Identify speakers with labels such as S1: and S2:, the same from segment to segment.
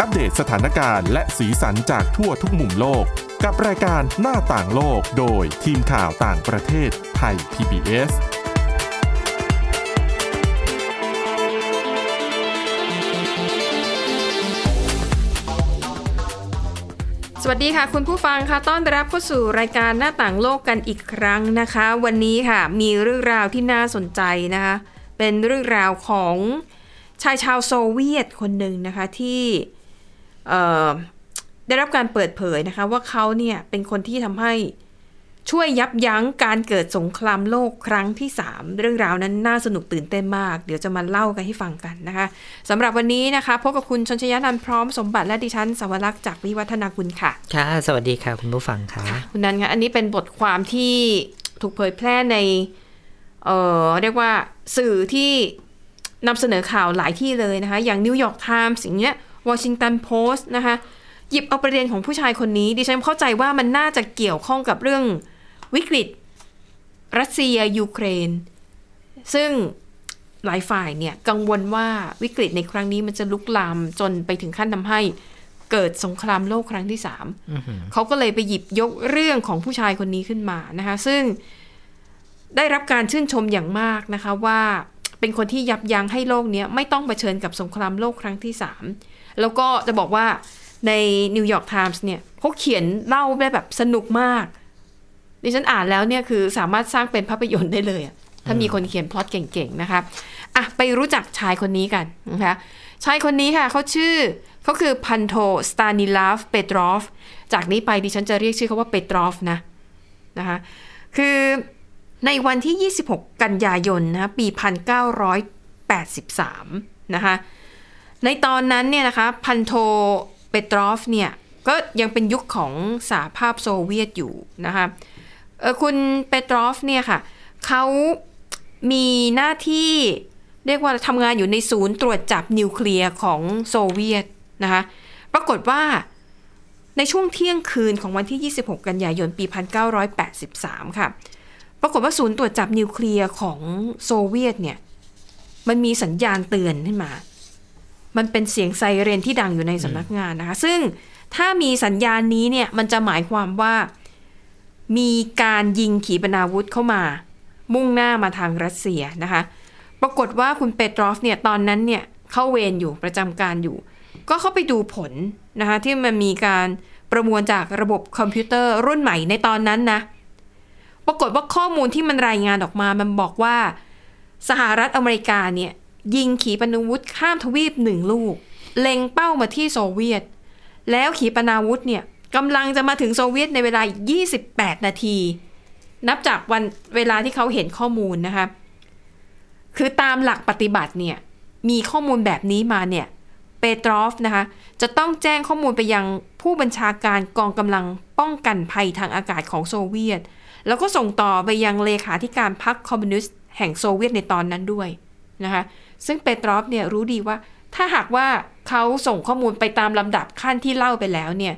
S1: อัปเดตสถานการณ์และสีสันจากทั่วทุกมุมโลก กับรายการหน้าต่างโลกโดยทีมข่าวต่างประเทศไทย PBS
S2: สวัสดีค่ะ คุณผู้ฟังค่ะต้อนรับเข้าสู่รายการหน้าต่างโลกกันอีกครั้งนะคะ วันนี้ค่ะมีเรื่องราวที่น่าสนใจนะคะ เป็นเรื่องราวของชายชาวโซเวียตคนหนึ่งนะคะที่เอ่อได้รับการเปิดเผยนะคะ ว่าเขาเนี่ยเป็นคนที่ทำให้ช่วยยับยั้งการเกิดสงครามโลกครั้งที่ 3 เรื่องราวนั้นน่าสนุกตื่นเต้นมาก เดี๋ยวจะมาเล่ากันให้ฟังกันนะคะสำหรับวันนี้นะคะพบกับคุณชนชยานันท์พร้อมสมบัติและดิฉันสวรักษ์จากวิวัฒนาคุณค่ะ
S3: ค่ะ สวัสดีค่ะ คุณผู้ฟังค่ะ
S2: คุณนันคะอันนี้เป็นบทความที่ถูกเผยแพร่ใน เอ่อ เรียกว่าสื่อที่นำเสนอข่าวหลายที่เลยนะคะ อย่างนิวยอร์กไทมส์อย่างเงี้ยวอชิงตันโพสต์นะคะ หยิบเอาประเด็นของผู้ชายคนนี้ ดิฉันเข้าใจว่ามันน่าจะเกี่ยวข้องกับเรื่องวิกฤต รัสเซีย ยูเครน ซึ่งหลายฝ่ายเนี่ย กังวลว่าวิกฤตในครั้งนี้มันจะลุกลามจนไปถึงขั้นทำให้เกิดสงครามโลกครั้งที่สาม เขาก็เลยไปหยิบยกเรื่องของผู้ชายคนนี้ขึ้นมานะคะ ซึ่งได้รับการชื่นชมอย่างมากนะคะว่าเป็นคนที่ยับยั้งให้โลกเนี้ยไม่ต้องเผชิญกับสงครามโลกครั้งที่สามแล้วก็จะบอกว่าในนิวยอร์กไทมส์เนี่ยเขาเขียนเล่าได้แบบสนุกมาก ดิฉันอ่านแล้วเนี่ยคือสามารถสร้างเป็นภาพยนตร์ได้เลยอะถ้ามีคนเขียนพล็อตเก่งๆนะคะอ่ะไปรู้จักชายคนนี้กันนะคะชายคนนี้ค่ะเขาชื่อเขาคือพันโทสตานิลาฟเปตรอฟ จากนี้ไปดิฉันจะเรียกชื่อเขาว่าเปตรอฟนะนะคะคือในวันที่ 26 กันยายนนะคะปี 1983 นะคะในตอนนั้นเนี่ยนะคะพันโทเปตรอฟเนี่ยก็ยังเป็นยุคของสหภาพโซเวียตอยู่นะคะเอ่อคุณเปตรอฟเนี่ยค่ะเขามีหน้าที่เรียกว่าทำงานอยู่ในศูนย์ตรวจจับนิวเคลียร์ของโซเวียตนะคะปรากฏว่า ในช่วงเที่ยงคืนของวันที่ 26 กันยายน ปี 1983 ค่ะ ปรากฏว่าศูนย์ตรวจจับนิวเคลียร์ของโซเวียตเนี่ย มันมีสัญญาณเตือนขึ้นมา มันเป็นเสียงไซเรนที่ดังอยู่ในสำนักงานนะคะ ซึ่งถ้ามีสัญญาณนี้เนี่ย มันจะหมายความว่า มีการยิงขีปนาวุธเข้ามา มุ่งหน้ามาทางรัสเซียนะคะ ปรากฏว่าคุณเปตรอฟเนี่ยตอนนั้นเนี่ยเข้าเวรอยู่ประจำการอยู่ ก็เข้าไปดูผลนะคะที่มันมีการประมวลจากระบบคอมพิวเตอร์รุ่นใหม่ในตอนนั้นนะ ปรากฏว่าข้อมูลที่มันรายงานออกมา มันบอกว่าสหรัฐอเมริกาเนี่ยยิงขีปนาวุธข้ามทวีปหนึ่งลูก เล็งเป้ามาที่โซเวียต แล้วขีปนาวุธเนี่ยกำลังจะมาถึงโซเวียตในเวลาอีก28 นาที นับจากวันเวลาที่เขาเห็นข้อมูลนะคะ คือตามหลักปฏิบัติเนี่ยมีข้อมูลแบบนี้มาเนี่ย เปตรอฟนะคะจะต้องแจ้งข้อมูลไปยังผู้บัญชาการกองกำลังป้องกันภัยทางอากาศของโซเวียต แล้วก็ส่งต่อไปยังเลขาธิการพรรคคอมมิวนิสต์แห่งโซเวียตในตอนนั้นด้วยนะคะซึ่งเปตรอฟเนี่ยรู้ดีว่า ถ้าหากว่าเขาส่งข้อมูลไปตามลำดับขั้นที่เล่าไปแล้วเนี่ย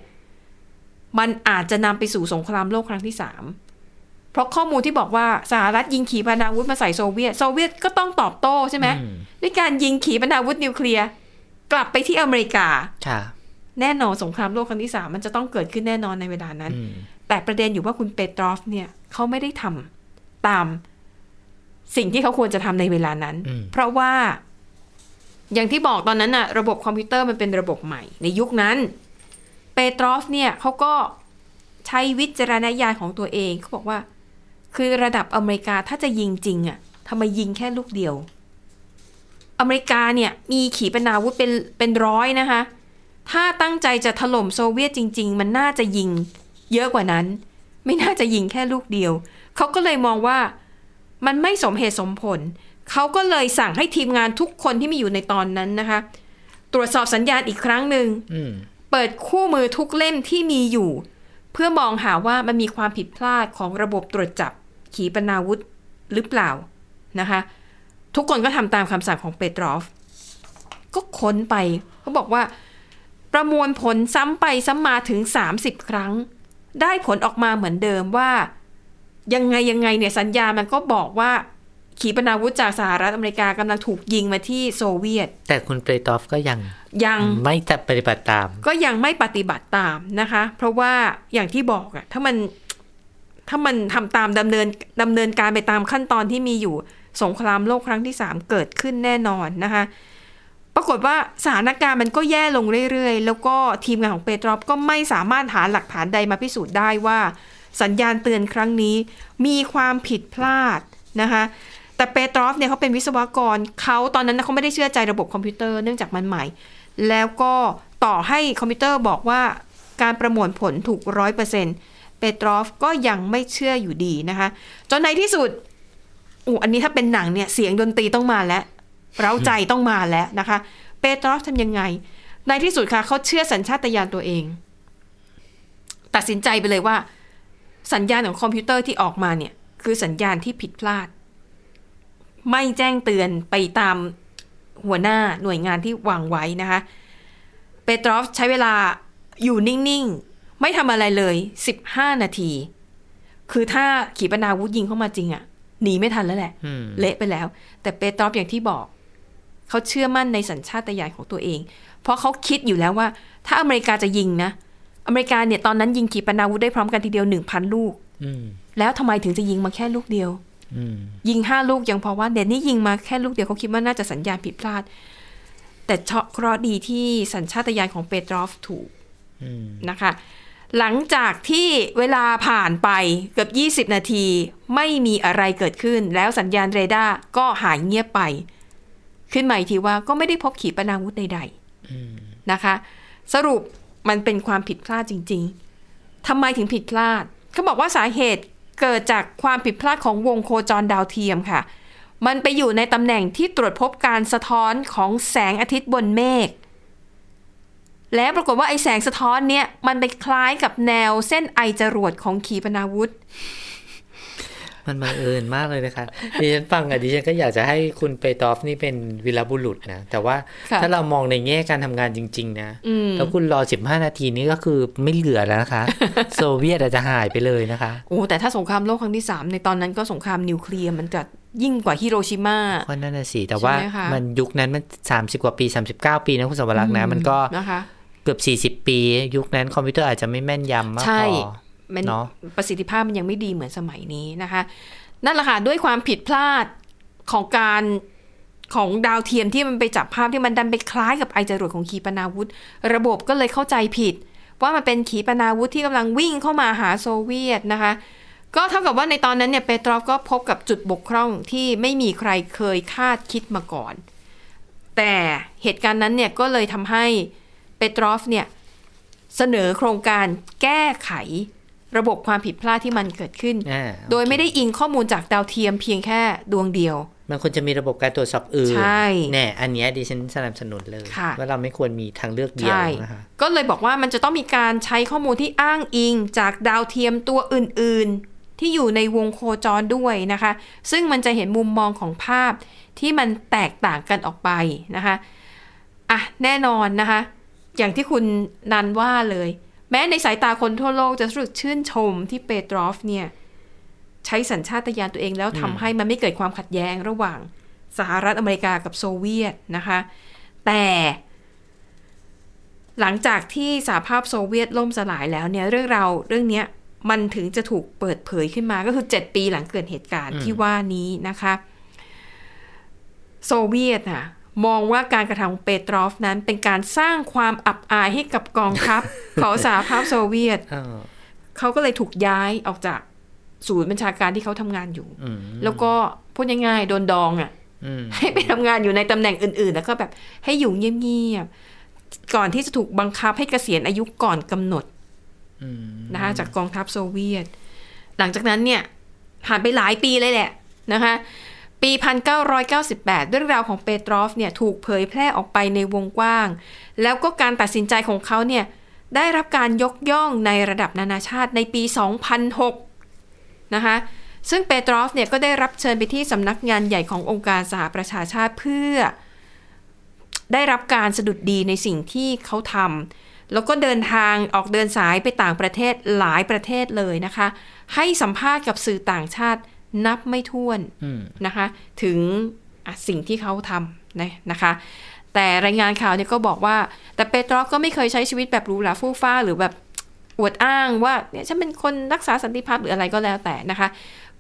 S2: มันอาจจะนำไปสู่สงครามโลกครั้งที่สามเพราะข้อมูลที่บอกว่าสหรัฐยิงขีปนาวุธมาใส่โซเวียต โซเวียตก็ต้องตอบโต้ใช่ไหม
S3: อืม
S2: ด้วยการยิงขีปนาวุธนิวเคลียร์ กลับไปที่อเมริกา
S3: ค่ะ
S2: แน่นอนสงครามโลกครั้งที่สามมันจะต้องเกิดขึ้นแน่นอนในเวลานั้น
S3: อืม
S2: แต่ประเด็นอยู่ว่าคุณเปตรอฟเนี่ยเขาไม่ได้ทำตามสิ่งที่เขาควรจะทำในเวลานั้น
S3: อืม
S2: เพราะว่า อย่างที่บอกตอนนั้นน่ะ ระบบคอมพิวเตอร์มันเป็นระบบใหม่ ในยุคนั้น เปตรอฟเนี่ยเขาก็ใช้วิจารณญาณของตัวเองเขาบอกว่า คือระดับอเมริกาถ้าจะยิงจริงอะทำไมยิงแค่ลูกเดียว อเมริกาเนี่ย มีขีปนาวุธเป็นเป็นร้อยนะคะ ถ้าตั้งใจจะถล่มโซเวียตจริง ๆ มันน่าจะยิง เยอะกว่านั้น ไม่น่าจะยิงแค่ลูกเดียว เขาก็เลยมองว่ามันไม่สมเหตุสมผล เขาก็เลยสั่งให้ทีมงานทุกคนที่มีอยู่ในตอนนั้นนะคะ ตรวจสอบสัญญาณอีกครั้งหนึ่ง
S3: อืม
S2: เปิดคู่มือทุกเล่มที่มีอยู่ เพื่อมองหาว่ามันมีความผิดพลาดของระบบตรวจจับขีปนาวุธหรือเปล่านะคะ ทุกคนก็ทำตามคำสั่งของเปตรอฟ ก็ค้นไปเขาบอกว่า ประมวลผลซ้ำไปซ้ำมาถึง 30 ครั้ง ได้ผลออกมาเหมือนเดิมว่า ยังไงยังไงเนี่ยสัญญามันก็บอกว่า ขีปนาวุธจากสหรัฐอเมริกากำลังถูกยิงมาที่โซเวียต
S3: แต่คุณเปรตอฟก็ยัง
S2: ยัง
S3: ไม่จะปฏิบัติตาม
S2: ก็ยังไม่ปฏิบัติตามนะคะ เพราะว่าอย่างที่บอกอะถ้ามันถ้ามันทำตามดำเนินดำเนินการไปตามขั้นตอนที่มีอยู่สงครามโลกครั้งที่สามเกิดขึ้นแน่นอนนะคะ ปรากฏว่าสถานการณ์มันก็แย่ลงเรื่อยๆ แล้วก็ทีมงานของเปโตรฟก็ไม่สามารถหาหลักฐานใดมาพิสูจน์ได้ว่า สัญญาณเตือนครั้งนี้ มีความผิดพลาดนะคะ แต่เปโตรฟเนี่ยเขาเป็นวิศวกรเขาตอนนั้นนะเขาไม่ได้เชื่อใจระบบคอมพิวเตอร์เนื่องจากมันใหม่ แล้วก็ต่อให้คอมพิวเตอร์บอกว่าการประมวลผลถูกร้อยเปอร์เซ็นเปโตรฟก็ยังไม่เชื่ออยู่ดีนะคะ จนในที่สุดอู้อันนี้ถ้าเป็นหนังเนี่ยเสียงดนตรีต้องมาแล้ว เร้าใจต้องมาแล้วนะคะ เปโตรฟทำยังไง ในที่สุดค่ะเขาเชื่อสัญชาตญาณตัวเอง ตัดสินใจไปเลยว่า สัญญาณของคอมพิวเตอร์ที่ออกมาเนี่ย คือสัญญาณที่ผิดพลาด ไม่แจ้งเตือนไปตามหัวหน้าหน่วยงานที่วางไว้นะคะ เปโตรฟใช้เวลาอยู่นิ่ง ๆ ไม่ทำอะไรเลย 15 นาที คือถ้าขีปนาวุธยิงเข้ามาจริงอะหนีไม่ทันแล้วแหละ
S3: อืม
S2: เละไปแล้ว แต่เปโตรอฟอย่างที่บอก เขาเชื่อมั่นในสัญชาตญาณของตัวเอง เพราะเขาคิดอยู่แล้วว่า ถ้าอเมริกาจะยิงนะ อเมริกาเนี่ยตอนนั้นยิงขีปนาวุธได้พร้อมกันทีเดียวหนึ่งพันลูก
S3: อืม
S2: แล้วทำไมถึงจะยิงมาแค่ลูกเดียว
S3: อืม
S2: ยิงห้าลูกยังพอว่าเดนนี่ยิงมาแค่ลูกเดียวเขาคิดว่าน่าจะสัญญาณผิดพลาด แต่เชาะเคราะห์ดีที่สัญชาตญาณของเปโตรอฟถูก
S3: อืม
S2: นะคะ หลังจากที่เวลาผ่านไปเกือบ 20 นาที ไม่มีอะไรเกิดขึ้น แล้วสัญญาณเรดาร์ก็หายเงียบไป ขึ้นมาอีกทีว่าก็ไม่ได้พบขีปนาวุธใดๆนะคะ สรุปมันเป็นความผิดพลาดจริงๆทำไมถึงผิดพลาด เขาบอกว่าสาเหตุเกิดจากความผิดพลาดของวงโคจรดาวเทียมค่ะ มันไปอยู่ในตำแหน่งที่ตรวจพบการสะท้อนของแสงอาทิตย์บนเมฆ แล้วปรากฏว่าไอ้แสงสะท้อนเนี่ย มันไปคล้ายกับแนวเส้นไอจรวดของขีปนาวุธ
S3: มันบังเอิญมากเลยนะคะ ดิฉันฟังอ่ะดิฉันก็อยากจะให้คุณเปตอฟนี่เป็นวีรบุรุษนะแต่ว่า
S2: ค่ะ
S3: ถ้าเรามองในแง่การทำงานจริง ๆ นะ
S2: อืม
S3: แล้วคุณรอ 15 นาทีนี้ก็คือไม่เหลือแล้ว นะคะ โซเวียตอาจจะหายไปเลยนะคะ
S2: โอ้แต่ถ้าสงครามโลกครั้งที่สามในตอนนั้นก็สงครามนิวเคลียร์มันจะยิ่งกว่าฮิโรชิมา
S3: ก็นั่นน่ะสิแต่ว่า
S2: ใช่ไหมคะ
S3: มันยุคนั้นมัน 30 กว่าปี 39 ปีนะคุณสวรักษ์นะ มันก็
S2: นะคะ
S3: เกือบ 40 ปี ยุคนั้นคอมพิวเตอร์อาจจะไม่แม่นยำมาก
S2: ใช่
S3: พอ
S2: มัน
S3: เนอะ
S2: ประสิทธิภาพมันยังไม่ดีเหมือนสมัยนี้นะคะ นั่นแหละค่ะด้วยความผิดพลาดของการของดาวเทียมที่มันไปจับภาพที่มันดันไปคล้ายกับไอจรวดของขีปนาวุธ ระบบก็เลยเข้าใจผิด ว่ามันเป็นขีปนาวุธที่กำลังวิ่งเข้ามาหาโซเวียตนะคะ ก็เท่ากับว่าในตอนนั้นเนี่ยเปโตรฟก็พบกับจุดบกพร่องที่ไม่มีใครเคยคาดคิดมาก่อน แต่เหตุการณ์นั้นเนี่ยก็เลยทำให้เปโตรฟเนี่ยเสนอโครงการแก้ไขระบบความผิดพลาดที่มันเกิดขึ้น
S3: อ่า
S2: โดยไม่ได้อิงข้อมูลจากดาวเทียมเพียงแค่ดวงเดียว
S3: มันควรจะมีระบบการตรวจสอบอื่น
S2: ใช่
S3: แน่ อันเนี้ยดิฉันสนับสนุนเลย
S2: ค่ะ
S3: ว่าเราไม่ควรมีทางเลือกเดียว
S2: ใช่
S3: นะคะ
S2: ก็เลยบอกว่ามันจะต้องมีการใช้ข้อมูลที่อ้างอิงจากดาวเทียมตัวอื่นๆ ที่อยู่ในวงโคจรด้วยนะคะ ซึ่งมันจะเห็นมุมมองของภาพที่มันแตกต่างกันออกไปนะคะอ่ะแน่นอนนะคะ อย่างที่คุณนันว่าเลย แม้ในสายตาคนทั่วโลกจะรู้สึกชื่นชมที่เปโตรฟเนี่ย ใช้สัญชาตญาณตัวเองแล้วทำให้มันไม่เกิดความขัดแย้งระหว่างสหรัฐอเมริกากับโซเวียตนะคะ แต่ หลังจากที่สหภาพโซเวียตล่มสลายแล้วเนี่ยเรื่องราวเรื่องเนี้ยมันถึงจะถูกเปิดเผยขึ้นมาก็คือ 7 ปีหลังเกิดเหตุการณ์ที่ว่านี้นะคะ โซเวียตน่ะมองว่าการกระทำของเปโตรฟนั้นเป็นการสร้างความอับอายให้กับกองทัพ ของสหภาพโซเวียต
S3: อ้าว
S2: เขาก็เลยถูกย้ายออกจากศูนย์บัญชาการที่เขาทำงานอยู่
S3: อืม
S2: แล้วก็พูดง่ายๆโดนดองอ่ะ
S3: อืม
S2: ให้ไปทำงานอยู่ในตำแหน่งอื่น ๆ แล้วก็แบบให้อยู่เงียบๆก่อนที่จะถูกบังคับให้เกษียณอายุก่อนกำหนด
S3: อืม
S2: นะคะจากกองทัพโซเวียต หลังจากนั้นเนี่ยผ่านไปหลายปีเลยแหละนะคะ ปี 1998 เรื่องราวของเปโตรฟเนี่ยถูกเผยแพร่ออกไปในวงกว้าง แล้วก็การตัดสินใจของเขาเนี่ยได้รับการยกย่องในระดับนานาชาติในปี 2006 นะคะ ซึ่งเปโตรฟเนี่ยก็ได้รับเชิญไปที่สำนักงานใหญ่ขององค์การสหประชาชาติเพื่อ ได้รับการสะดุดดีในสิ่งที่เขาทำแล้วก็เดินทางออกเดินสายไปต่างประเทศหลายประเทศเลยนะคะ ให้สัมภาษณ์กับสื่อต่างชาติ นับไม่ถ้วน
S3: อืม
S2: นะคะถึงอ่ะสิ่งที่เขาทำนะนะคะ แต่รายงานข่าวเนี่ยก็บอกว่า แต่เปโตรก็ไม่เคยใช้ชีวิตแบบหรูหราฟู่ฟ้าหรือแบบอวดอ้างว่าเนี่ยฉันเป็นคนรักษาสันติภาพหรืออะไรก็แล้วแต่นะคะ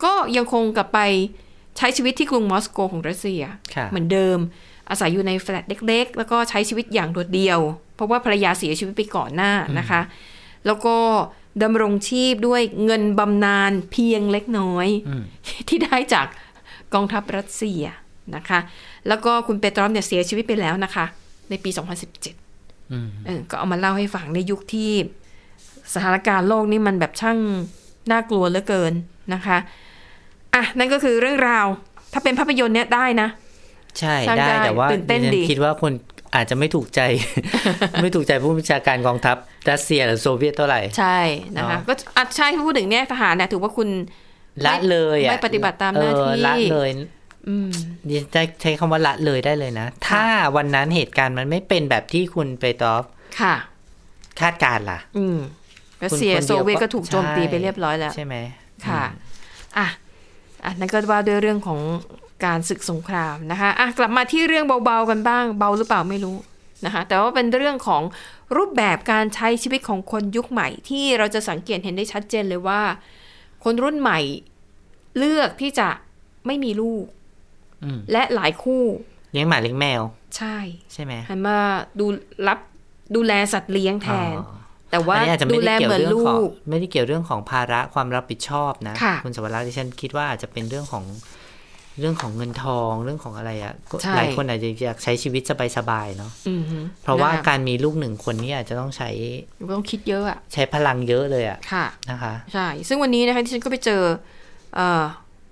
S2: ก็ยังคงกลับไปใช้ชีวิตที่กรุงมอสโกของรัสเซีย
S3: ค่ะ
S2: เหมือนเดิมอาศัยอยู่ในแฟลตเล็กๆ แล้วก็ใช้ชีวิตอย่างโดดเดี่ยว เพราะว่าภรรยาเสียชีวิตไปก่อนหน้านะคะ แล้วก็ดำรงชีพด้วยเงินบำนาญเพียงเล็กน้อย
S3: อืม
S2: ที่ได้จากกองทัพรัสเซียนะคะ แล้วก็คุณเปโตรอมเนี่ยเสียชีวิตไปแล้วนะคะ ในปี 2017
S3: อืม
S2: เออก็เอามาเล่าให้ฟังในยุคที่สถานการณ์โลกนี่มันแบบช่างน่ากลัวเหลือเกินนะคะอ่ะนั่นก็คือเรื่องราว ถ้าเป็นภาพยนตร์เนี่ยได้นะ
S3: ใช่
S2: สร้าง
S3: ได้
S2: ได้
S3: แต่ว่า
S2: ตื่นเต้น
S3: ดิฉั
S2: ดี
S3: คิดว่าคนอาจจะไม่ถู กใจ ไม่ถูกใจผู้บัญชาการกองทัพรัสเซียหรือโซเวียตเท่าไหร่
S2: ใช่นะคะ
S3: เนาะ
S2: ก็อ่ะใช่ที่พูดถึงเนี่ยทหารเนี่ยถือว่าคุณ
S3: ละเลยอ่ะ
S2: ไม่ปฏิบัติตามหน้า
S3: เออ
S2: ที่
S3: ละเลย
S2: อืม
S3: ดิฉันใช้คำว่าละเลยได้เลยนะ ถ้าวันนั้นเหตุการณ์มันไม่เป็นแบบที่คุณไปตอฟ
S2: ค่ะ
S3: คาดการณ์ล่ะ
S2: อืมรัสเซีย
S3: คนเดียว
S2: โซเวียต
S3: ก็
S2: ก็ถูกโจมตี
S3: ใช่
S2: ไปเรียบร้อยแล้ว
S3: ใช่ไหม
S2: ค่ะ
S3: อืม
S2: อ่ะ อ่ะ นั่นก็ว่าด้วยเรื่องของการศึกสงครามนะคะ อ่ะ กลับมาที่เรื่องเบาๆกันบ้าง เบาหรือเปล่าไม่รู้นะคะ แต่ว่าเป็นเรื่องของรูปแบบการใช้ชีวิตของคนยุคใหม่ ที่เราจะสังเกตเห็นได้ชัดเจนเลยว่า คนรุ่นใหม่เลือกที่จะไม่มีลูก
S3: อืม
S2: และหลายคู่
S3: เลี้ยงหมาเลี้ยงแมว
S2: ใช่
S3: ใช่ไหม
S2: หันมาดูรับดูแลสัตว์เลี้ยงแทน แต่ว่า
S3: อันนี้อาจจะไม่
S2: ดูแล
S3: ได้เกี่ย
S2: เห
S3: ว
S2: มือน
S3: เรื่อง
S2: ลู
S3: ของ
S2: ก
S3: ไม่ได้เกี่ยวเรื่องของภาระความรับผิดชอบนะ
S2: ค่ะ
S3: ณสวรักษ์ดิฉันคิดว่าอาจจะเป็นเรื่องของเรื่องของเงินทองเรื่องของอะไรอะก็
S2: ใช่
S3: หลายคนอาจจะอยากใช้ชีวิตสบายๆเนาะ
S2: อือฮึ
S3: เพราะว่า
S2: นะคะ
S3: การมีลูกหนึ่งคนนี่อาจจะต้องใช้
S2: ต้องคิดเยอะอะ
S3: ใช้พลังเยอะเลยอะ
S2: ค่ะ
S3: นะคะ
S2: ใช่ ซึ่งวันนี้นะคะที่ฉันก็ไปเจอเออ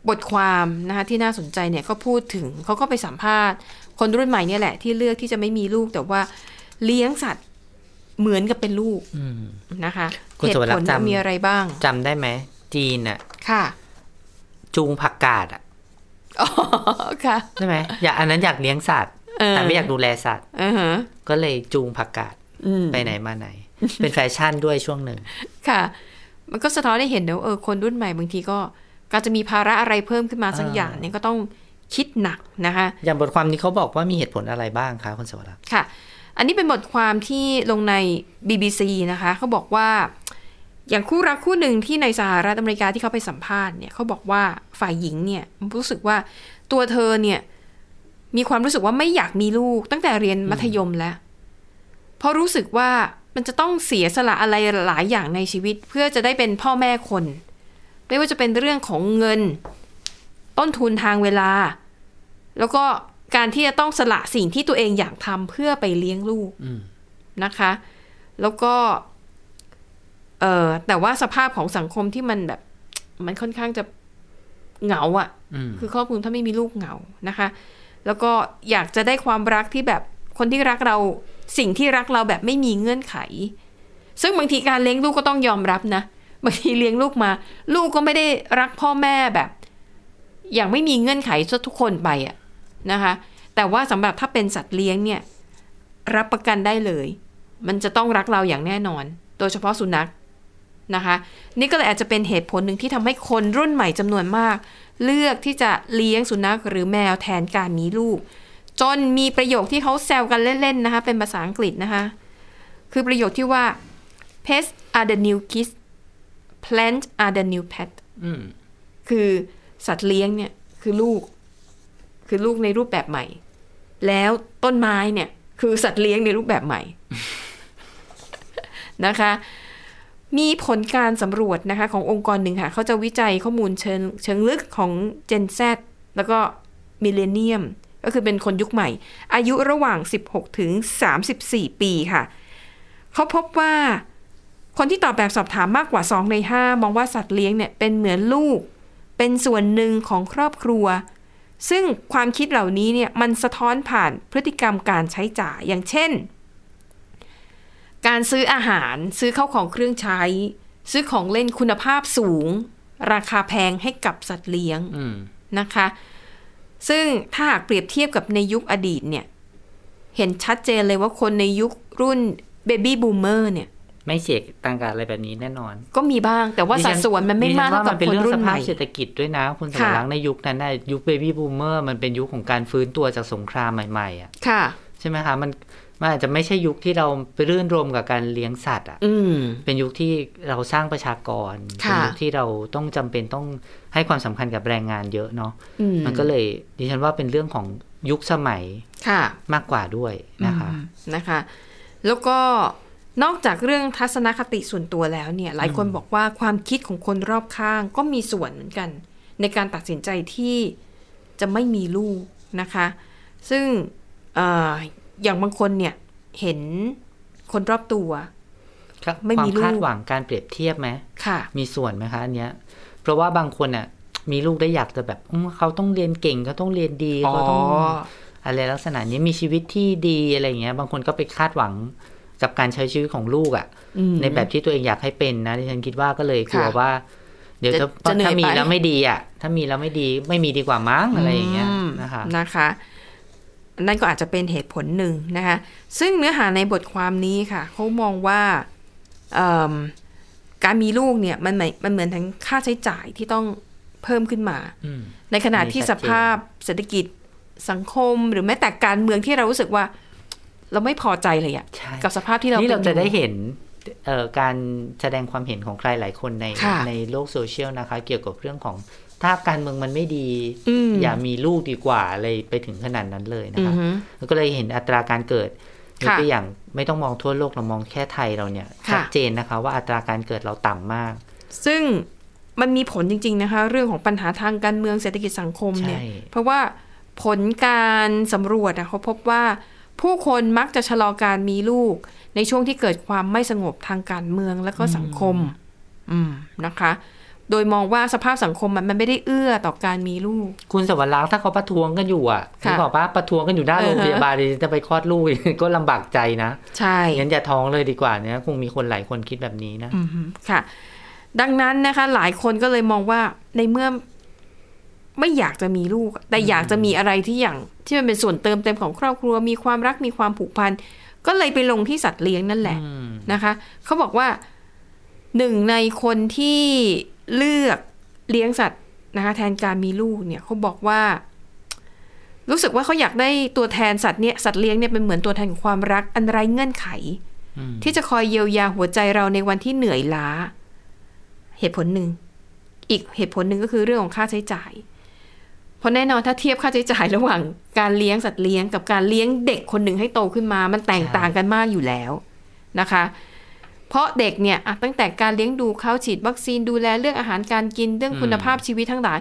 S2: บทความนะคะที่น่าสนใจเนี่ยก็พูดถึงเขาก็ไปสัมภาษณ์ คนรุ่นใหม่เนี่ยแหละที่เลือกที่จะไม่มีลูกแต่ว่าเลี้ยงสัตว์เหมือนกับเป็นลูก
S3: อืม
S2: นะคะ
S3: คุณ
S2: เห
S3: ส
S2: ตุ
S3: วรร
S2: ผ
S3: ณ
S2: ล
S3: จำ
S2: มีอะไรบ้าง
S3: จำได้ไหมจีนอะ
S2: ค่ะ
S3: จูงผักกาดอะ
S2: อ๋อค่ะ
S3: ใช่ไหมอยากอันนั้นอยากเลี้ยงสัตว์
S2: เ
S3: แต่ไม่อยากดูแลสัตว์
S2: อ่าฮะ
S3: ก็เลยจูงผักกาด
S2: อืม
S3: ไปไหนมาไหน เป็นแฟชั่นด้วยช่วงหนึ่ง
S2: ค่ะ มันก็สะท้อนให้เห็นนะว่าเออคนรุ่นใหม่บางทีก็การจะมีภาระอะไรเพิ่มขึ้นมาสัก
S3: อ่า
S2: อย่างเนี่ยก็ต้องคิดหนักนะคะ
S3: อย่างบทความนี้เขาบอกว่ามีเหตุผลอะไรบ้างคะคุณสวรักษ์
S2: ค่ะ อันนี้เป็นบทความที่ลงใน BBC นะคะ เขาบอกว่า อย่างคู่รักคู่หนึ่งที่ในสหรัฐอเมริกาที่เขาไปสัมภาษณ์เนี่ยเขาบอกว่าฝ่ายหญิงเนี่ยรู้สึกว่าตัวเธอเนี่ยมีความรู้สึกว่าไม่อยากมีลูก ตั้งแต่เรียนมัธยมแล้ว เพราะรู้สึกว่ามันจะต้องเสียสละอะไรหลายอย่างในชีวิต เพื่อจะได้เป็นพ่อแม่คน ไม่ว่าจะเป็นเรื่องของเงิน ต้นทุนทางเวลา แล้วก็การที่จะต้องสละสิ่งที่ตัวเองอยากทำเพื่อไปเลี้ยงลูกนะคะ แล้วก็เออแต่ว่าสภาพของสังคมที่มันแบบ มันค่อนข้างจะเหงาอะ่ะ คือครอบครัวถ้าไม่มีลูกเหงานะคะ แล้วก็อยากจะได้ความรักที่แบบคนที่รักเราสิ่งที่รักเราแบบไม่มีเงื่อนไข ซึ่งบางทีการเลี้ยงลูกก็ต้องยอมรับนะบางทีเลี้ยงลูกมา ลูกก็ไม่ได้รักพ่อแม่แบบ อย่างไม่มีเงื่อนไขซะทุกคนไปอะนะคะ แต่ว่าสำหรับถ้าเป็นสัตว์เลี้ยงเนี่ย รับประกันได้เลย มันจะต้องรักเราอย่างแน่นอน โดยเฉพาะสุนัขนะคะ นี่ก็เลยอาจจะเป็นเหตุผลหนึ่งที่ทำให้คนรุ่นใหม่จำนวนมาก เลือกที่จะเลี้ยงสุนัขหรือแมวแทนการมีลูก จนมีประโยคที่เขาแซวกันเล่นๆนะคะ เป็นภาษาอังกฤษนะคะ คือประโยคที่ว่า pets are the new kids plants are the new pet คือสัตว์เลี้ยงเนี่ยคือลูก คือลูกในรูปแบบใหม่ แล้วต้นไม้เนี่ย คือสัตว์เลี้ยงในรูปแบบใหม่ นะคะ มีผลการสำรวจนะคะ ขององค์กรหนึ่งค่ะเขาจะวิจัยข้อมูลเชิงเชิงลึกของ Gen Z แล้วก็มิเลเนียมก็คือเป็นคนยุคใหม่ อายุระหว่าง 16 ถึง 34 ปีค่ะ เขาพบว่า คนที่ตอบแบบสอบถามมากกว่า 2 ใน 5 มองว่าสัตว์เลี้ยงเนี่ยเป็นเหมือนลูก เป็นส่วนหนึ่งของครอบครัว ซึ่งความคิดเหล่านี้เนี่ยมันสะท้อนผ่านพฤติกรรมการใช้จ่ายอย่างเช่น การซื้ออาหารซื้อเข้าของเครื่องใช้ ซื้อของเล่นคุณภาพสูง ราคาแพงให้กับสัตว์เลี้ยง
S3: อืม
S2: นะคะ ซึ่งถ้าหากเปรียบเทียบกับในยุคอดีตเนี่ย เห็นชัดเจนเลยว่าคนในยุครุ่นเบบี้บูมเมอร์เนี่ย
S4: ไม่เสียตังค์กับอะไรแบบนี้แน่นอน
S2: ก็มีบ้าง แต่ว่าสัดส่วนมันไม่มาก
S4: ดิฉั
S2: เท่า
S4: ว่
S2: กับ
S4: นเป็น
S2: คน
S4: เรื่อง
S2: รุ่
S4: ส
S2: นให
S4: ภาพ
S2: ม่
S4: เศรษฐกิจด้วยนะ คุณสมรักษ์ในยุคนั้นนะยุคเบบี้บูมเมอร์มันเป็นยุคของการฟื้นตัวจากสงครามใหม่ๆอ่ะ
S2: ค่ะ
S4: ใช่ไหมคะมันมันอาจจะไม่ใช่ยุคที่เราไปรื่นรมกับการเลี้ยงสัตว์อ่ะ
S2: อืม
S4: เป็นยุคที่เราสร้างประชากร
S2: ค่ะ
S4: เป็นยุคที่เราต้องจำเป็นต้องให้ความสำคัญกับแรงงานเยอะเนาะ
S2: อื
S4: มันก็เลยดิฉันว่าเป็นเรื่องของยุคสมัย
S2: ค่ะ
S4: มากกว่าด้วยนะคะ
S2: อืมนะคะ แล้วก็นอกจากเรื่องทัศนคติส่วนตัวแล้วเนี่ย หลายคนบอกว่าความคิดของคนรอบข้างก็มีส่วนเหมือนกัน ในการตัดสินใจที่จะไม่มีลูกนะคะ ซึ่งเอออย่างบางคนเนี่ยเห็นคนรอบตัว
S4: ครับ
S2: ไม่
S4: ค
S2: มี
S4: วาม
S2: ลูก
S4: คาดหวังการเปรียบเทียบไหม
S2: ค่ะ
S4: มีส่วนไหมคะอันเนี้ย เพราะว่าบางคนอ่ะมีลูกได้อยากจะแบบอืมเขาต้องเรียนเก่งเขาต้องเรียนดี
S2: อ๋อ
S4: เขาต้องอะไรลักษณะนี้มีชีวิตที่ดีอะไรอย่างเงี้ย บางคนก็ไปคาดหวังกับการใช้ชีวิตของลูกอ่ะ
S2: อืม
S4: ในแบบที่ตัวเองอยากให้เป็นนะดิฉันคิดว่าก็เลยกลัว
S2: ค่ะ
S4: ว่า เดี๋ยวจะ
S2: จะจะเหนื่อย
S4: ถ้ามี
S2: ไป
S4: แล้วไม่ดีอ่ะ ถ้ามีแล้วไม่ดีไม่มีดีกว่ามั้งอะไรอย่างเงี้ย
S2: ม
S4: นะคะ
S2: นะคะ นั่นก็อาจจะเป็นเหตุผลหนึ่งนะคะ ซึ่งเนื้อหาในบทความนี้ค่ะ เขามองว่าเอิ่มการมีลูกเนี่ยมันเหมือนมันเหมือนทั้งค่าใช้จ่ายที่ต้องเพิ่มขึ้นมา
S4: อืม
S2: ในขณะ
S4: อันนี้
S2: ที่
S4: ชั
S2: ส
S4: ดเจน
S2: ภาพเศรษฐกิจสังคมหรือแม้แต่การเมืองที่เรารู้สึกว่า เราไม่พอใจเลยอะ
S4: ใช่
S2: กับสภาพที่เรา
S4: นี่เรา
S2: ป็อ
S4: จะ
S2: ยู่
S4: ได้เห็นเอ่อการแสดงความเห็นของใครหลายคนใน
S2: ค่ะ
S4: ในโลกโซเชียลนะคะ เกี่ยวกับเรื่องของถ้าการเมืองมันไม่ดี
S2: อืม
S4: อย่ามีลูกดีกว่าอะไรไปถึงขนาดนั้นเลยนะ
S2: อือ
S4: คะ
S2: ฮึ
S4: แล้วก็เลยเห็นอัตราการเกิดยก
S2: ค่ะ
S4: ตัวอย่างไม่ต้องมองทั่วโลกเรามองแค่ไทยเราเนี่ย
S2: ค่ะ
S4: ชัดเจนนะคะ ว่าอัตราการเกิดเราต่ำมาก
S2: ซึ่งมันมีผลจริง ๆนะคะ เรื่องของปัญหาทางการเมืองเศรษฐกิจสังคมเนี่ย
S4: ใช่
S2: เพราะว่าผลการสำรวจอะเขาพบว่าผู้คนมักจะชะลอการมีลูก ในช่วงที่เกิดความไม่สงบทางการเมืองและก็สังคม อืมนะคะ โดยมองว่าสภาพสังคมมันมันไม่ได้เอื้อต่อการมีลูก
S4: คุณสวรรค์ถ้าเขาประท้วงกันอยู่อ่ะ
S2: ค่ะ
S4: นึกออกปะประท้วงกันอยู่หน้าโรง
S2: เออฮะ
S4: พยาบาลเลยจะไปคลอดลูก ก็ลำบากใจนะ
S2: ใช่
S4: งั้นอย่าท้องเลยดีกว่าเนี่ยคงมีคนหลายคนคิดแบบนี้นะ
S2: อืมค่ะ ดังนั้นนะคะ หลายคนก็เลยมองว่าในเมื่อไม่อยากจะมีลูก แต่อยากจะมีอะไรที่อย่าง ที่มันเป็นส่วนเติมเต็มของครอบครัว มีความรักมีความผูกพันก็เลยไปลงที่สัตว์เลี้ยงนั่นแหละ
S4: อืม
S2: นะคะเขาบอกว่าหนึ่งในคนที่เลือกเลี้ยงสัตว์นะคะแทนการมีลูกเนี่ยเขาบอกว่า รู้สึกว่าเขาอยากได้ตัวแทนสัตว์เนี่ยสัตว์เลี้ยงเนี่ยเป็นเหมือนตัวแทนของความรักอันไร้เงื่อนไข
S4: อืม
S2: ที่จะคอยเยียวยาหัวใจเราในวันที่เหนื่อยล้า เหตุผลหนึ่ง อีกเหตุผลหนึ่งก็คือเรื่องของค่าใช้จ่าย เพราะแน่นอนถ้าเทียบค่าใช้จ่ายระหว่างการเลี้ยงสัตว์เลี้ยงกับการเลี้ยงเด็กคนหนึ่งให้โตขึ้นมา มันแตกต่างกันมากอยู่แล้วนะคะ เพราะเด็กเนี่ยอ่ะตั้งแต่การเลี้ยงดูเขาฉีดวัคซีนดูแลเรื่องอาหารการกินเรื่องคุณภาพชีวิตทั้งหลาย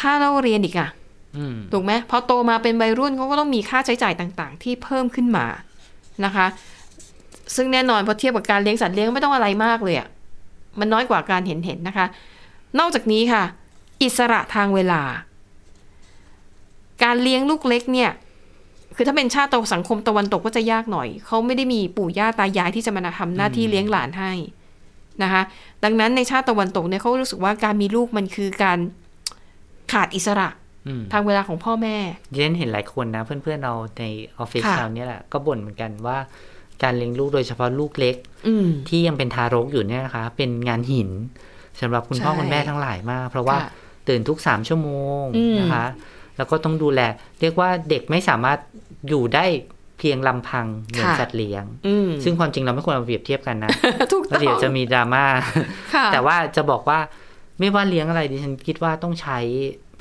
S2: ค่าเล่าเรียนอีกอะ
S4: อืม
S2: ถูกไหมพอโตมาเป็นวัยรุ่นเขาก็ต้องมีค่าใช้จ่ายต่างๆ ที่เพิ่มขึ้นมานะคะ ซึ่งแน่นอนพอเทียบกับการเลี้ยงสัตว์เลี้ยงไม่ต้องอะไรมากเลยอะมันน้อยกว่าการเห็นเห็นๆนะคะ นอกจากนี้ค่ะ อิสระทางเวลา การเลี้ยงลูกเล็กเนี่ย คือถ้าเป็นชาติตะวันสังคมตะวันตกก็จะยากหน่อย เขาไม่ได้มีปู่ย่าตายายที่จะมาทำหน้าที่เลี้ยงหลานให้นะคะ ดังนั้นในชาติตะวันตกเนี่ยเขารู้สึกว่าการมีลูกมันคือการขาดอิสระ
S4: อืม
S2: ทางเวลาของพ่อแม่
S4: ดิฉันเห็นหลายคนนะเพื่อนๆเราในออฟฟิศ
S2: ค่ะ
S4: เราเนี่ยแหละก็บ่นเหมือนกันว่าการเลี้ยงลูกโดยเฉพาะลูกเล็ก
S2: อืม
S4: ที่ยังเป็นทารกอยู่เนี่ยนะคะ เป็นงานหินสำหรับคุณพ่อ
S2: ใช่
S4: คุณแม่ทั้งหลายมาก เพราะว่า
S2: ค่ะ
S4: ตื่นทุกสามชั่วโมง
S2: อืม
S4: นะคะ แล้วก็ต้องดูแล เรียกว่าเด็กไม่สามารถอยู่ได้เพียงลำพังเหมือนสัตว์เลี้ยง
S2: อืม
S4: ซึ่งความจริงเราไม่ควรเอาเปรียบเทียบกัน นะ
S2: ถูก
S4: เพ
S2: ต้อง
S4: ราะเดี๋ยวจะมีดราม่า
S2: ค่ะ
S4: แต่ว่าจะบอกว่าไม่ว่าเลี้ยงอะไรดิฉันคิดว่าต้องใช้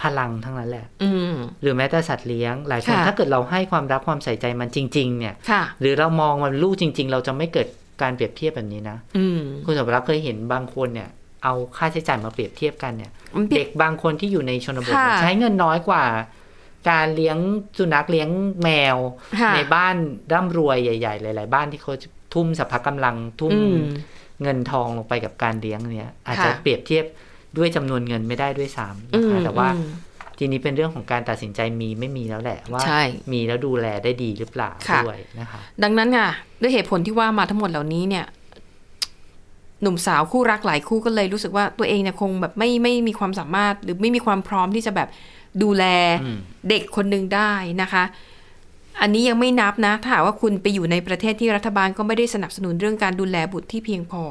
S4: พลังทั้งนั้นแหละ
S2: อืม
S4: หรือแม้แต่สัตว์เลี้ยง หลายคน
S2: ค่ะ
S4: ถ้าเกิดเราให้ความรักความใส่ใจมันจริง ๆ เนี่ย
S2: ค่ะ
S4: หรือเรามองมันลูกจริง ๆ เราจะไม่เกิดการเปรียบเทียบแบบนี้นะ
S2: อืม
S4: คุณสมรักษ์เคยเห็นบางคนเนี่ย เอาค่าใช้จ่ายมาเปรียบเทียบกันเนี่ย
S2: มันผิด
S4: เด็กบางคนที่อยู่ในชนบท
S2: ค่ะ
S4: เนี่ยใช้เงินน้อยกว่า การเลี้ยงสุนัขเลี้ยงแมว
S2: ค่ะ
S4: ในบ้านร่ำรวยใหญ่ๆ หลาย ๆ บ้านที่เขาทุ่มสรรพกำลังทุ่ม
S2: อืม
S4: เงินทองลงไปกับการเลี้ยงเนี่ย อาจจะ
S2: ค่ะ
S4: เปรียบเทียบด้วยจำนวนเงินไม่ได้ด้วยซ้ำนะคะแต่ว่า
S2: อืม
S4: ทีนี้เป็นเรื่องของการตัดสินใจมีไม่มีแล้วแหละว่า
S2: ใช่
S4: มีแล้วดูแลได้ดีหรือเปล่า
S2: ค่ะ
S4: ด้วยนะคะ
S2: ดังนั้นค่ะ ด้วยเหตุผลที่ว่ามาทั้งหมดเหล่านี้เนี่ย หนุ่มสาวคู่รักหลายคู่ก็เลยรู้สึกว่าตัวเองเนี่ยคงแบบไม่ไม่มีความสามารถ หรือไม่มีความพร้อมที่จะแบบดูแล
S4: อืม
S2: เด็กคนหนึ่งได้นะคะ อันนี้ยังไม่นับนะ ถ้าหากว่าคุณไปอยู่ในประเทศที่รัฐบาลก็ไม่ได้สนับสนุนเรื่องการดูแลบุตรที่เพียงพอ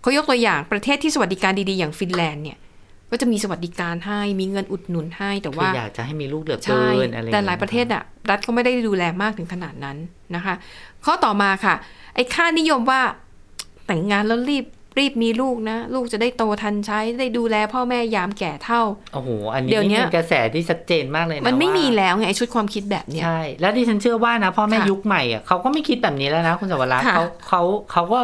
S2: เขายกตัวอย่างประเทศที่สวัสดิการดีๆอย่างฟินแลนด์เนี่ยก็จะมีสวัสดิการให้มีเงินอุดหนุนให้แต่
S4: คือ
S2: ว่า
S4: อยากจะให้มีลูกเหลือ
S2: ใช่
S4: เกินอะไรอง
S2: แต่
S4: งี้
S2: หลายประเทศอ่ะรัฐก็ไม่ได้ดูแลมากถึงขนาดนั้นนะคะ ข้อต่อมาค่ะ ไอ้ค่านิยมว่าแต่งงานแล้วรีบรีบมีลูกนะ ลูกจะได้โตทันใช้ได้ดูแลพ่อแม่ยามแก่เท่า
S4: โอ้โหอันนี้
S2: เดี๋ยวเนี้ย
S4: เป็นกระแสที่ชัดเจนมากเลยนะ
S2: มันไม่
S4: ว่า
S2: มีแล้วไงไอ้ชุดความคิดแบบเนี้ย
S4: ใช่แล้วดิฉันเชื่อว่านะพ่อแม่
S2: ค่ะ
S4: ยุคใหม่อ่ะเขาก็ไม่คิดแบบนี้แล้วนะคุณสวรักษ์
S2: ค่ะ
S4: เขาเขาเขาก็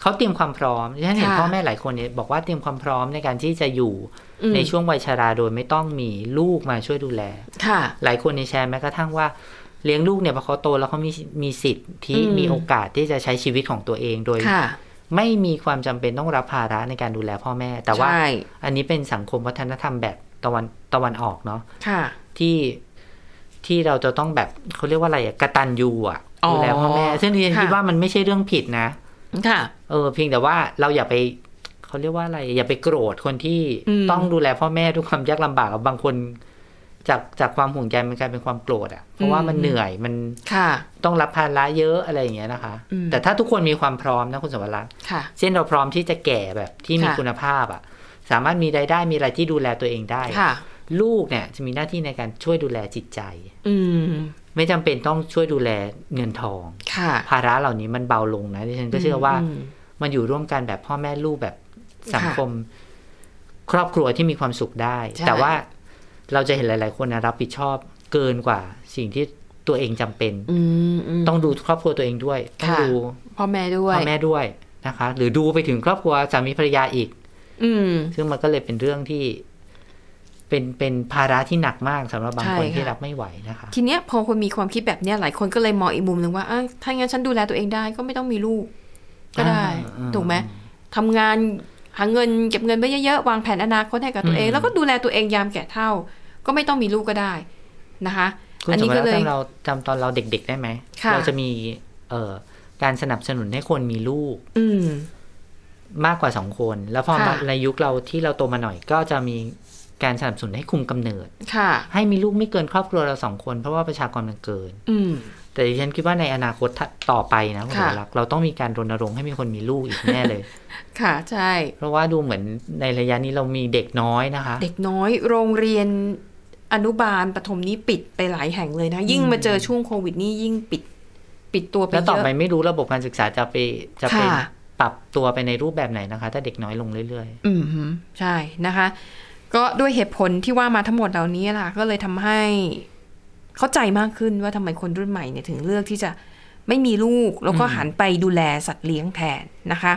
S4: เขาเตรียมความพร้อมดิฉันเห็น
S2: ค่ะ
S4: พ่อแม่หลายคนเนี่ยบอกว่าเตรียมความพร้อมในการที่จะอยู่
S2: อืม
S4: ในช่วงวัยชราโดยไม่ต้องมีลูกมาช่วยดูแล
S2: ค่ะ
S4: หลายคนในยแชร์แม้กระทั่งว่าเลี้ยงลูกเนี่ยพอเขาโตแล้วเขามีมีสิทธิ์ที่
S2: อืม
S4: มีโอกาสที่จะใช้ชีวิตของตัวเองโดย
S2: ค่ะ
S4: ไม่มีความจำเป็นต้องรับภาระในการดูแลพ่อแม่ แต่ว่า
S2: ใช่
S4: อันนี้เป็นสังคมวัฒนธรรมแบบตะวันตะวันออกเนาะ
S2: ค่ะ
S4: ที่ที่เราจะต้องแบบเขาเรียกว่าอะไรอะกตันยูอะ
S2: อ๋อ
S4: ดูแลพ่อแม่ ซึ่งดิฉัน
S2: ค่ะ
S4: คิดว่ามันไม่ใช่เรื่องผิดนะ
S2: ค่ะ
S4: เออเพียงแต่ว่าเราอย่าไปเขาเรียกว่าอะไร อย่าไปโกรธคนที่
S2: อืม
S4: ต้องดูแลพ่อแม่ด้วยความยากลำบากอะบางคน จากจากความห่วงใยมันกลายเป็นความโกรธอะเพราะว่ามันเหนื่อยมัน
S2: ค่ะ
S4: ต้องรับภาระเยอะอะไรอย่างเงี้ยนะคะ
S2: อืม
S4: แต่ถ้าทุกคนมีความพร้อมนะคุณสมรักษ
S2: ค่ะ
S4: เช่นเราพร้อมที่จะแก่แบบที่มี
S2: ค่ะ
S4: คุณภาพอ่ะ สามารถมีรายได้มีอะไรที่ดูแลตัวเองได้
S2: ค่ะ
S4: ลูกเนี่ยจะมีหน้าที่ในการช่วยดูแลจิตใจ
S2: อืม
S4: ไม่จำเป็นต้องช่วยดูแลเงินทอง
S2: ค่ะ
S4: ภาระเหล่านี้มันเบาลงนะดิฉันก็เชื่อว่า
S2: อืม
S4: มันอยู่ร่วมกันแบบพ่อแม่ลูกแบบสัง
S2: ค่ะ
S4: คม ครอบครัวที่มีความสุขได้
S2: ใช่
S4: แต่ว่าเราจะเห็นหลาย ๆ คนนะรับผิดชอบเกินกว่าสิ่งที่ตัวเองจำเป็น
S2: อืมอืม
S4: ต้องดูครอบครัวตัวเองด้วยต้อง
S2: ค่ะ
S4: ดู
S2: พ่อแม่ด้วย
S4: พ่อแม่ด้วยนะคะ หรือดูไปถึงครอบครัวสามีภรรยาอีก
S2: อืม
S4: ซึ่งมันก็เลยเป็นเรื่องที่ เป็นเป็นภาระที่หนักมากสำหรับบาง
S2: ใช่
S4: คนที่
S2: ค่ะ
S4: รับไม่ไหวนะคะ
S2: ทีเนี้ยพอคนมีความคิดแบบเนี้ยหลายคนก็เลยมองอีกมุมหนึ่งว่าอ้าวถ้างั้นฉันดูแลตัวเองได้ก็ไม่ต้องมีลูก ก็ได้
S4: อ่า
S2: ถูกไหมทำงานหาเงินเก็บเงินไว้เยอะๆ วางแผนอนาคตให้กับตัวเอง
S4: อืม
S2: แล้วก็ดูแลตัวเองยามแก่เท่า ก็ไม่ต้องมีลูกก็ได้นะคะ
S4: คุณ
S2: อัน
S4: ส
S2: นี้
S4: ม
S2: ก็
S4: รัก
S2: เลย
S4: จำเราจำตอนเราเด็ก ๆ ได้ไหม
S2: ค่ะ
S4: เราจะมีเอ่อการสนับสนุนให้คนมีลูก
S2: อืม
S4: มากกว่าสองคน แล้วพอ
S2: ค่ะ
S4: มาในยุคเราที่เราโตมาหน่อย ก็จะมีการสนับสนุนให้คุมกำเนิด
S2: ค่ะ
S4: ให้มีลูกไม่เกินครอบครัวเราสองคน เพราะว่าประชากรมันเกิน
S2: อืม
S4: แต่ดิฉันคิดว่าในอนาคตต่อไปนะคุณส
S2: ค่ะ
S4: มรักเราต้องมีการรณรงค์ให้มีคนมีลูกอีกแน่ เลย
S2: ค่ะใช่
S4: เพราะว่าดูเหมือนในระยะนี้เรามีเด็กน้อยนะคะ
S2: เด็กน้อยโรงเรียนอนุบาลปฐมนี้ปิดไปหลายแห่งเลยนะ ยิ่งมาเจอช่วงโควิดนี่ยิ่งปิด ปิดตัวไป
S4: แล้ว
S2: เย
S4: ต่อ
S2: อะ
S4: ไปไม่รู้ระบบการศึกษาจะไปจะไป
S2: ค่ะ
S4: ปรับตัวไปในรูปแบบไหนนะคะ ถ้าเด็กน้อยลงเรื่อย
S2: อืมฮึใช่นะคะ ก็ด้วยเหตุผลที่ว่ามาทั้งหมดเหล่านี้ล่ะ ก็เลยทำให้เข้าใจมากขึ้นว่าทำไมคนรุ่นใหม่เนี่ยถึงเลือกที่จะไม่มีลูกแล้วก็หันไปดูแลสัตว์เลี้ยงแทนนะคะ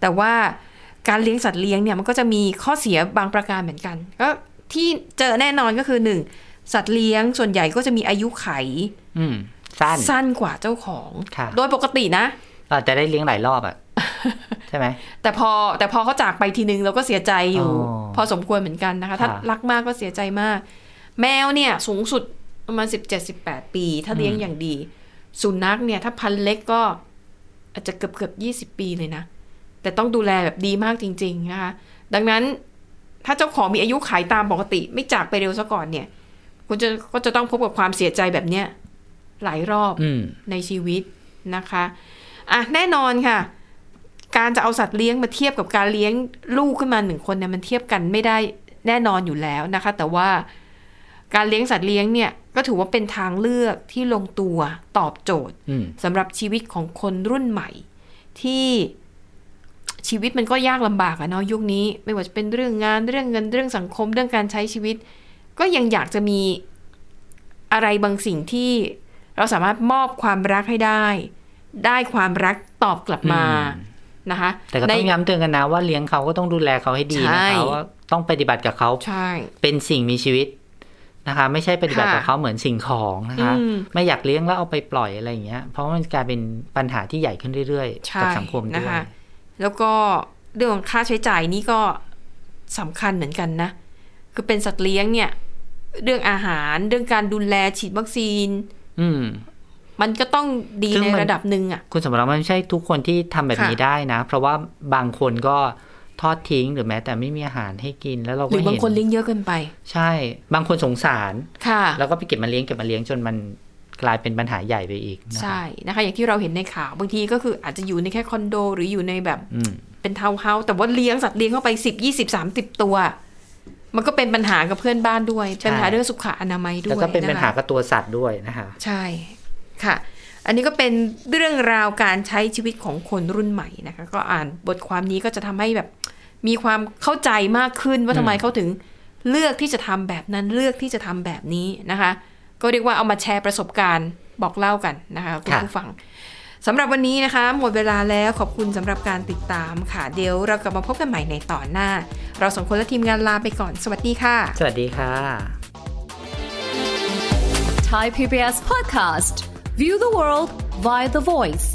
S2: แต่ว่าการเลี้ยงสัตว์เลี้ยงเนี่ยมันก็จะมีข้อเสียบางประการเหมือนกันก็ที่เจอแน่นอนก็คือหนึ่งสัตว์เลี้ยงส่วนใหญ่ก็จะมีอายุไข
S4: ๆ อืม สั้น
S2: สั้นกว่าเจ้าของ
S4: ค่ะ
S2: โดยปกตินะ
S4: อาจจะได้เลี้ยงหลายรอบ อ่ะ ใช่ไหม
S2: แต่พอแต่พอเขาจากไปทีนึงเราก็เสียใจอยู่
S4: อ๋อ
S2: พอสมควรเหมือนกันนะคะ ถ้า
S4: ค่ะ
S2: รักมากก็เสียใจมาก แมวเนี่ยสูงสุดประมาณสิบเจ็ดสิบแปดปี ถ้าเลี้ยง
S4: อืม
S2: อย่างดี สุนัขเนี่ย ถ้าพันเล็กก็ อาจจะเกือบเกือบยี่สิบปีเลยนะ แต่ต้องดูแลแบบดีมากจริง ๆ นะคะ ดังนั้นถ้าเจ้าของมีอายุขายตามปกติ ไม่จากไปเร็วซะก่อนเนี่ย คุณจะก็จะต้องพบกับความเสียใจแบบเนี้ยหลายรอบ
S4: อืม
S2: ในชีวิตนะคะอ่ะแน่นอนค่ะ การจะเอาสัตว์เลี้ยงมาเทียบกับการเลี้ยงลูกขึ้นมาหนึ่งคนเนี่ยมันเทียบกันไม่ได้แน่นอนอยู่แล้วนะคะ แต่ว่าการเลี้ยงสัตว์เลี้ยงเนี่ยก็ถือว่าเป็นทางเลือกที่ลงตัวตอบโจทย์
S4: อืม
S2: สำหรับชีวิตของคนรุ่นใหม่ ที่ชีวิตมันก็ยากลำบากอะเนาะยุคนี้ไม่ว่าจะเป็นเรื่องงานเรื่องเงินเรื่องสังคมเรื่องการใช้ชีวิต ก็ยังอยากจะมีอะไรบางสิ่งที่เราสามารถมอบความรักให้ได้ ได้ความรักตอบกลับมา
S4: อืม
S2: นะคะ
S4: แต่ก็
S2: ใน
S4: ต้องย้ำเตือนกันนะว่าเลี้ยงเขาก็ต้องดูแลเขาให้ดี
S2: ใช่
S4: นะคะว่าต้องปฏิบัติกับเขา
S2: ใช่
S4: เป็นสิ่งมีชีวิตนะคะ ไม่ใช่ปฏิบัติ
S2: ค่ะ
S4: กับเขาเหมือนสิ่งของนะคะ
S2: อืม
S4: ไม่อยากเลี้ยงแล้วเอาไปปล่อยอะไรอย่างเงี้ย เพราะมันกลายเป็นปัญหาที่ใหญ่ขึ้นเรื่อยๆ
S2: ใช่
S4: กับสังคม
S2: นะ
S4: ด้วย
S2: คะแล้วก็เรื่องของค่าใช้จ่ายนี่ก็สำคัญเหมือนกันนะ คือเป็นสัตว์เลี้ยงเนี่ย เรื่องอาหารเรื่องการดูแลฉีดวัคซีน
S4: อืม
S2: มันก็ต้องดี
S4: ซึ่ง
S2: ใน
S4: มัน
S2: ระดับหนึ่งอะ
S4: คุณสมรักมันไม่ใช่ทุกคนที่ทำแบบนี้
S2: ค่ะ
S4: ได้นะ เพราะว่าบางคนก็ทอดทิ้งหรือแม้ แต่ไม่มีอาหารให้กินแล้วเรา
S2: ห
S4: ก็
S2: รือบาง
S4: เห็น
S2: คนเลี้ยงเยอะเกินไป
S4: ใช่ บางคนสงสาร
S2: ค่ะ
S4: แล้วก็ไปเก็บมาเลี้ยงเก็บมาเลี้ยงจนมัน กลายเป็นปัญหาใหญ่ไปอีกนะครับ
S2: ใช่นะคะ อย่างที่เราเห็นในข่าว บางทีก็คืออาจจะอยู่ในแค่คอนโด หรืออยู่ในแบบ
S4: อืม
S2: เป็นทาวน์เฮาส์แต่ว่าเลี้ยงสัตว์เลี้ยงเข้าไปสิบยี่สิบสามสิบตัว มันก็เป็นปัญหากับเพื่อนบ้านด้วย
S4: ใช่
S2: ปัญหาเรื่องสุขอนามัยด้ว
S4: แล้
S2: ยว
S4: ก็เป็นปัญหา
S2: ะคะ
S4: กับตัวสัตว์ด้วยนะคะ
S2: ใช่ค่ะ อันนี้ก็เป็นเรื่องราวการใช้ชีวิตของคนรุ่นใหม่นะคะ ก็อ่านบทความนี้ก็จะทำให้แบบ มีความเข้าใจมากขึ้นว่าทำไมเขาถึงเลือกที่จะทำแบบนั้นเลือกที่จะทำแบบนี้นะคะ ก็เรียกว่าเอามาแชร์ประสบการณ์บอกเล่ากันนะคะคุณ
S4: ค่ะ
S2: ผู้ฟังสำหรับวันนี้นะคะ หมดเวลาแล้วขอบคุณสำหรับการติดตามค่ะ เดี๋ยวเรากลับมาพบกันใหม่ในตอนหน้า เราสองคนและทีมงานลาไปก่อนสวัสดีค่ะ
S4: สวัสดีค่ะ
S5: Thai PBS podcast. View the world via the voice.